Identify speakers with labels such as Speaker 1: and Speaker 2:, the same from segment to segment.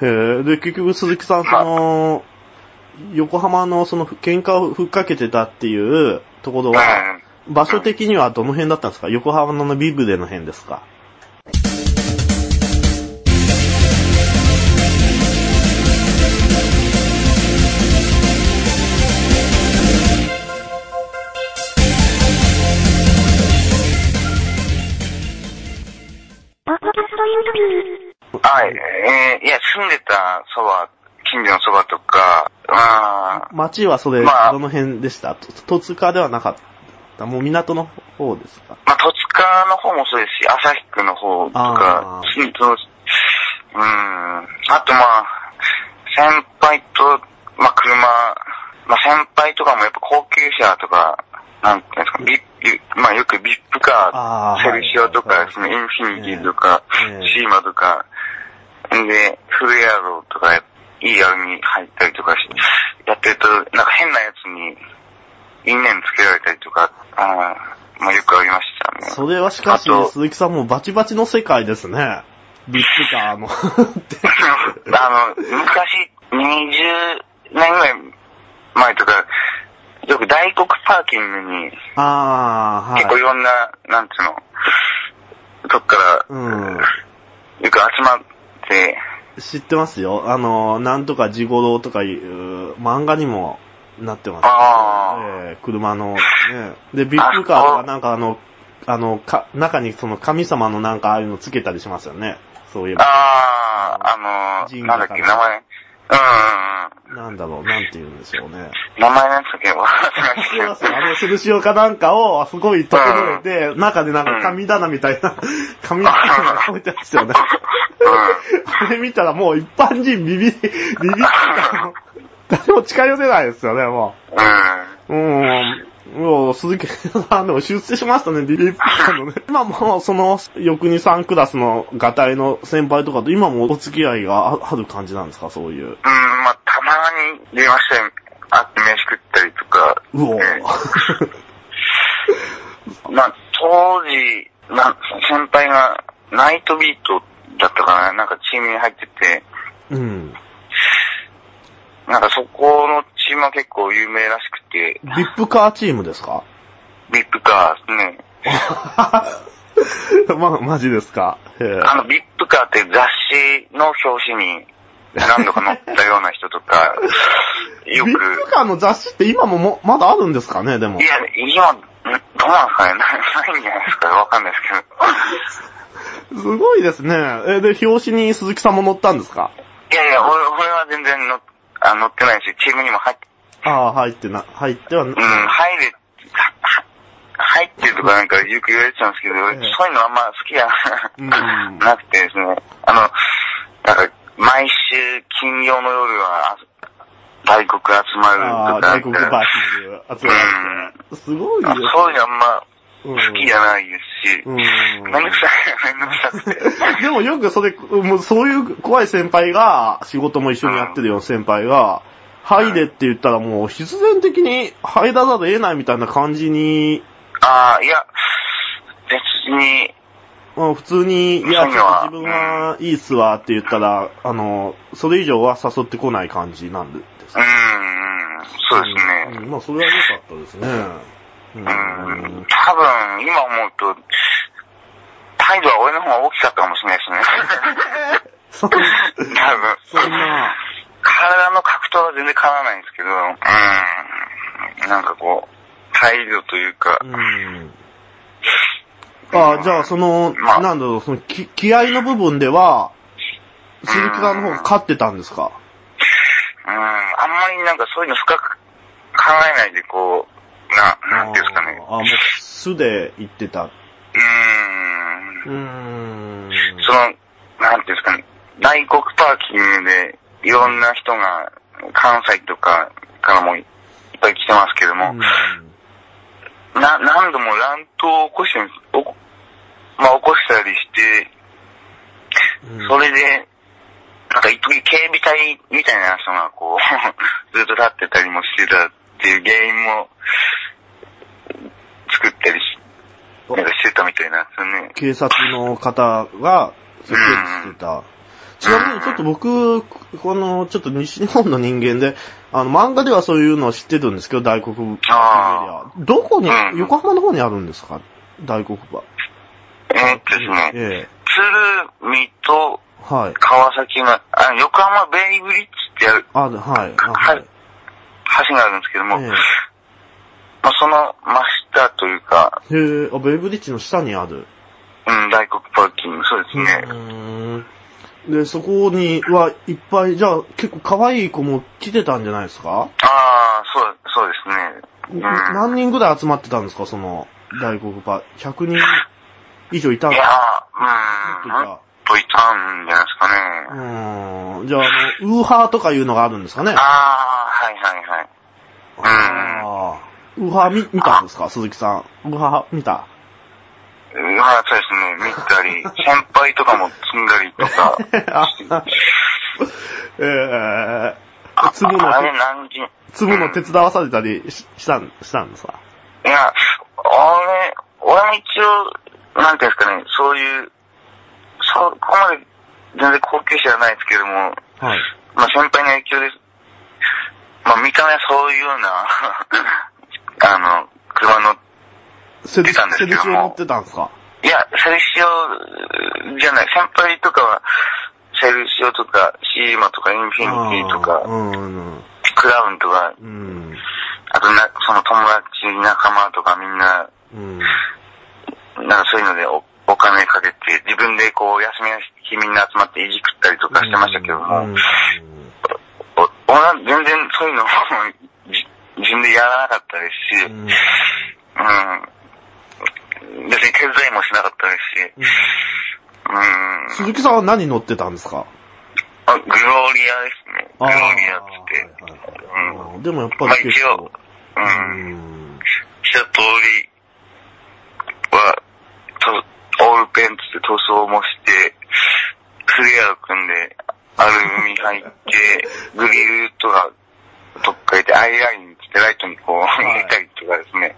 Speaker 1: へえ、で、結局鈴木さん、その、横浜のその喧嘩をふっかけてたっていうところ
Speaker 2: うん。
Speaker 1: は、場所的にはどの辺だったんですか横浜のビブでの辺ですか
Speaker 2: はい。えーいや、住んでたそば、近所のそばとか、あ
Speaker 1: 町はそれ、
Speaker 2: まあ
Speaker 1: どの辺でしたと戸塚ではなかった。もう港の方ですか
Speaker 2: まあ、戸塚の方もそうですし、旭区の方と
Speaker 1: あ
Speaker 2: か、
Speaker 1: ー
Speaker 2: うんと、うん、あとまあ、先輩と、まあ車、まあ先輩とかもやっぱ高級車とか、なんていうんですか、ビップ、まあよくビップカ
Speaker 1: あ
Speaker 2: ー、
Speaker 1: あ。
Speaker 2: セルシオと
Speaker 1: はい
Speaker 2: か、そのインフィニティとか、
Speaker 1: ええ
Speaker 2: シーマとか、んで、フレアローとか、いいアルミ入ったりとかし、やってると、なんか変なやつに、因縁つけられたりとか、あーまあよくありましたね。
Speaker 1: それはしかし
Speaker 2: あと、
Speaker 1: 鈴木さんもバチバチの世界ですね。ビップカーの。って
Speaker 2: あの、昔、20年ぐらい前とか、よく大黒パーキングに、
Speaker 1: ああ、はい
Speaker 2: 結。構いろんな、なんつうの、とこから、
Speaker 1: うん。
Speaker 2: よく集まって、
Speaker 1: 知ってますよ。あの、なんとか地五郎とかいう漫画にもなってます。
Speaker 2: あ
Speaker 1: えー車の、ね。で、ビップカーとかなんかあの、あの、か、中にその神様のなんかああいうのつけたりしますよね。そういえ
Speaker 2: あ、
Speaker 1: ば。
Speaker 2: ああ、あ
Speaker 1: 神
Speaker 2: の、
Speaker 1: 社
Speaker 2: なんだっけ、
Speaker 1: かな
Speaker 2: 名前、うんうんうん。
Speaker 1: なんだろう、なんて言うんでしょうね。
Speaker 2: 名前なんつったっけわかんな
Speaker 1: 知
Speaker 2: い
Speaker 1: ってます
Speaker 2: けど。
Speaker 1: あの、印をかなんかを、あそこに整えて、中でなんか神棚みたいな、神棚が置いてますよね。あれ見たらもう一般人ビビ、ビビってたの誰も近寄せないですよね、も
Speaker 2: うん。うん。
Speaker 1: う。うん。もう、鈴木さんでも出世しましたね、リリープさんのね。今もうその、翌にさんクラスのガタイの先輩とかと今もお付き合いがあある感じなんですか、そういう。
Speaker 2: うん、まあ、たまに電話して、会って飯食ったりとか。
Speaker 1: う お
Speaker 2: えーまあ、当時、な先輩が、ナイトビートだったかな、なんかチームに入ってて、
Speaker 1: うん。
Speaker 2: なんかそこのチームは結構有名らしくて、
Speaker 1: ビップカーチームですか
Speaker 2: ビップカーね。
Speaker 1: ま、マジですか。へえ
Speaker 2: あの、ビップカーって雑誌の表紙に何度か載ったような人 とか、よく。
Speaker 1: ビップカーの雑誌って今ももまだあるんですかね、でも
Speaker 2: い。や、今、んどうなんですかねなないんじゃないですかわかんないですけど。
Speaker 1: すごいですね。え、で、表紙に鈴木さんも乗ったんですか
Speaker 2: いやいや、俺俺は全然のあ乗ってないし、チームにも入って、
Speaker 1: ああ、入ってな、入ってはな、
Speaker 2: うん、入れ、はは入ってるとかなんかよく言われてたんですけど、
Speaker 1: ええ
Speaker 2: そういうのあんま好きじゃ
Speaker 1: うん
Speaker 2: ななくてですね、あの、なんか、毎週金曜の夜は、大黒集まる
Speaker 1: ああ、
Speaker 2: とか、
Speaker 1: 外国バーキング集まって。すごいで
Speaker 2: あ
Speaker 1: す。
Speaker 2: そういうのあんま
Speaker 1: うん
Speaker 2: 好きじゃないですし、
Speaker 1: う
Speaker 2: め
Speaker 1: ん
Speaker 2: んどくさい、めんどくさく て。
Speaker 1: でもよくそれ、もうそういう怖い先輩が、仕事も一緒にやってるような先輩が、入れって言ったらもう必然的に入らざるを得ないみたいな感じに、
Speaker 2: ああ、いや、別に、
Speaker 1: うん普通に、いや、
Speaker 2: そういうのは
Speaker 1: 自分はいいっすわって言ったら、あの、それ以上は誘ってこない感じなんです
Speaker 2: うーん、そうですね。
Speaker 1: んまあ、それは良かったですね。う
Speaker 2: うんん、多分、今思うと、態度は俺の方が大きかったかもしれない
Speaker 1: そん
Speaker 2: で すね。多分。
Speaker 1: そんな、
Speaker 2: 体の格闘は全然変わらないんですけど、うん、なんかこう、態度というか
Speaker 1: う、ん。あじゃあ、その、
Speaker 2: まあ
Speaker 1: なんだろう、その、き気合の部分では、鈴木さんの方が勝ってたんですか
Speaker 2: うん、あんまりなんかそういうの深く考えないで、こう、な、なんていうんですかね。
Speaker 1: ああ、もう、素で言ってた。
Speaker 2: うん。
Speaker 1: うーん。
Speaker 2: その、なんていうんですかね、大黒パーキングでいろんな人が関西とかからもいっぱい来てますけども、な何度も乱闘を起こしてるんですおこまあ、起こしたりして、
Speaker 1: うん
Speaker 2: それで、なんか一時警備隊みたいな人がこう、 ずっと立ってたりもしてたっていう原因も作ったりしなんかしてたみたいなんですよね。
Speaker 1: 警察の方が、そういうケースしてた。ちなみにちょっと僕、この、ちょっと西日本の人間で、あの、漫画ではそういうのを知ってるんですけど、大黒バーメディア
Speaker 2: あ。
Speaker 1: どこに
Speaker 2: う、ん
Speaker 1: 横浜の方にあるんですか大黒バ
Speaker 2: えーっとですね、
Speaker 1: ええ。
Speaker 2: 鶴見と
Speaker 1: はい。
Speaker 2: 川崎の、あ横浜ベイブリッジってやる
Speaker 1: あ、はい。あはい。
Speaker 2: 橋があるんですけども、
Speaker 1: え
Speaker 2: まあ、その真下というか、
Speaker 1: え。へえ、あ、ベイブリッジの下にある。
Speaker 2: うん、大黒パーキング、そうです
Speaker 1: う
Speaker 2: ね。
Speaker 1: ーん。で、そこにはいっぱい、じゃあ結構可愛い子も来てたんじゃないですか
Speaker 2: ああ、そう、そうですね。うん。
Speaker 1: 何人ぐらい集まってたんですかその、大黒パー。100人以上いたん
Speaker 2: い
Speaker 1: で
Speaker 2: や
Speaker 1: すか
Speaker 2: ー、うん、もっといたんじゃないですか
Speaker 1: う
Speaker 2: ね。
Speaker 1: ーん。じゃあ、あの、ウーハーとかいうのがあるんですかね
Speaker 2: ああ、はいはいはい。
Speaker 1: あーウーハー見、見たんですか鈴木さん。ウーハー見た
Speaker 2: うんまあ、そうですね、見たり、先輩とかも積んだりとか。
Speaker 1: あええ
Speaker 2: あ
Speaker 1: 粒の
Speaker 2: あれ何人
Speaker 1: 粒の手伝わされたりししたん、したんですか
Speaker 2: いや、俺、俺も一応、なんていうんですかね、そういう、そこまで全然高級者じゃないですけども、
Speaker 1: はい。
Speaker 2: まあ先輩の影響です。まあ見た目はそういうような、 あの、車の、
Speaker 1: セル
Speaker 2: 出たんです
Speaker 1: セ
Speaker 2: け
Speaker 1: ル
Speaker 2: ど
Speaker 1: シ
Speaker 2: も
Speaker 1: オ乗ってたんですか
Speaker 2: いや、セルシオじゃない、先輩とかは、セルシオとか、シーマとか、インフィニティと
Speaker 1: あー
Speaker 2: か、
Speaker 1: うん、
Speaker 2: クラウンとか、
Speaker 1: うん、
Speaker 2: あとな、その友達、仲間とかみんな、
Speaker 1: うん。
Speaker 2: なんかそういうのでおお金かけて、自分でこう、休みの日みんな集まっていじくったりとかしてましたけども、
Speaker 1: うん
Speaker 2: お俺は全然そういうのを じ自分でやらなかったですし、
Speaker 1: う
Speaker 2: うん
Speaker 1: うん
Speaker 2: ん。別に手伝いもしなかったですし、うん。
Speaker 1: 鈴木さんは何乗ってたんですか
Speaker 2: あグローリアですね。グロ
Speaker 1: あー
Speaker 2: ーリアっつって。
Speaker 1: はいはいはい
Speaker 2: うん
Speaker 1: でもやっぱり結構。
Speaker 2: うん。
Speaker 1: うん
Speaker 2: した通りは、とオールペンツで塗装もして、フレアを組んで、アルミ入って、グリルとか、とっかえて、アイラインしてライトにこう、
Speaker 1: い
Speaker 2: 入れたりとかですね。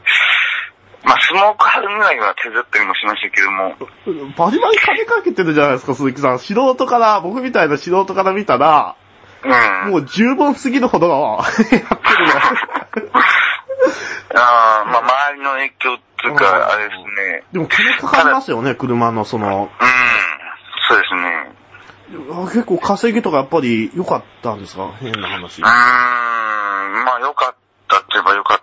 Speaker 2: まあ、スモーク貼るぐらいは手伝ったりもしましたけども、
Speaker 1: バリバリ金かけてるじゃないですか、鈴木さん。素人から、僕みたいな素人から見たら、
Speaker 2: うん。
Speaker 1: もう十分すぎるほど やってるよ。
Speaker 2: あーまあ、周りの影響っていう
Speaker 1: うん
Speaker 2: か、あれですね。
Speaker 1: でも金かかりますよね、車のその、
Speaker 2: うん。そうですね。
Speaker 1: 結構稼ぎとかやっぱり良かったんですか変な話。
Speaker 2: うーん、まあ良かったって言えば良かっ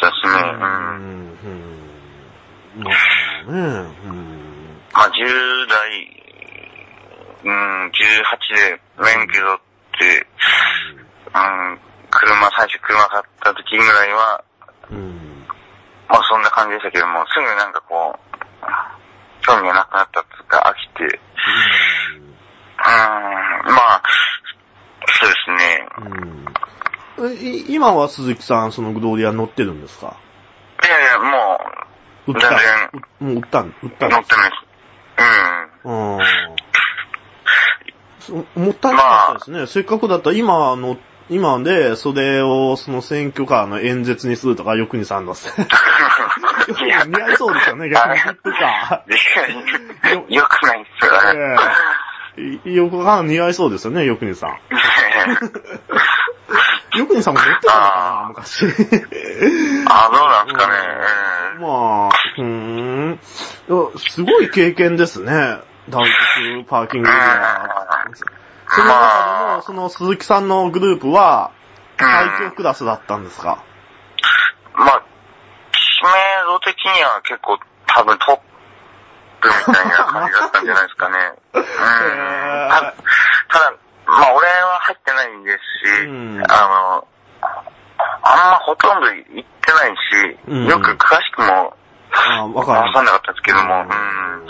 Speaker 2: たですね。う
Speaker 1: う
Speaker 2: ん。
Speaker 1: んうんなるほどね。うん
Speaker 2: まあ10代、うん、18で免許取って、うん、車、最初車買った時ぐらいは、
Speaker 1: うん
Speaker 2: まあそんな感じでしたけども、すぐなんかこう、興味がなくなったっていうか飽きて、うん、まあ、そうですね。
Speaker 1: うんうんえい今は鈴木さん、そのグローリア乗ってるんですか
Speaker 2: いやいや、も
Speaker 1: 売
Speaker 2: う、
Speaker 1: っ
Speaker 2: 全
Speaker 1: た
Speaker 2: 然
Speaker 1: うもう売ったん、売ったん
Speaker 2: 乗
Speaker 1: で
Speaker 2: ってないです。うん。
Speaker 1: す。うんそもったいなかったですね。せっかくだったら今の、今で、それをその選挙カーの演説にするとか、よくにさんの。
Speaker 2: いや
Speaker 1: 似合いそうですよね、逆に言ってか。
Speaker 2: よくないっすよ、あれ。
Speaker 1: ええ横から似合いそうですよね、よくにさん。よくにさんも乗ってたのかな、昔。
Speaker 2: あ、どうなんすかね。うん
Speaker 1: まあ、うーん。いやすごい経験ですね。ダンクパーキングエリア。その中でも、その鈴木さんのグループは、最強クラスだったんですか
Speaker 2: まあ、知名度的には結構多分トップみたいな感じだったんじゃないですかね。うん。たただ、まあ俺は入ってないんですし、
Speaker 1: うん
Speaker 2: あの、あんまほとんど行ってないし、
Speaker 1: うん
Speaker 2: よく詳しくも
Speaker 1: あわ
Speaker 2: 分
Speaker 1: かる
Speaker 2: かんなかったですけども、うん。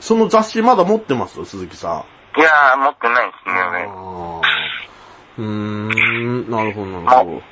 Speaker 1: その雑誌まだ持ってます鈴木さん。
Speaker 2: いやー、持ってないですね。
Speaker 1: あーうーん、なるほど、なるほど。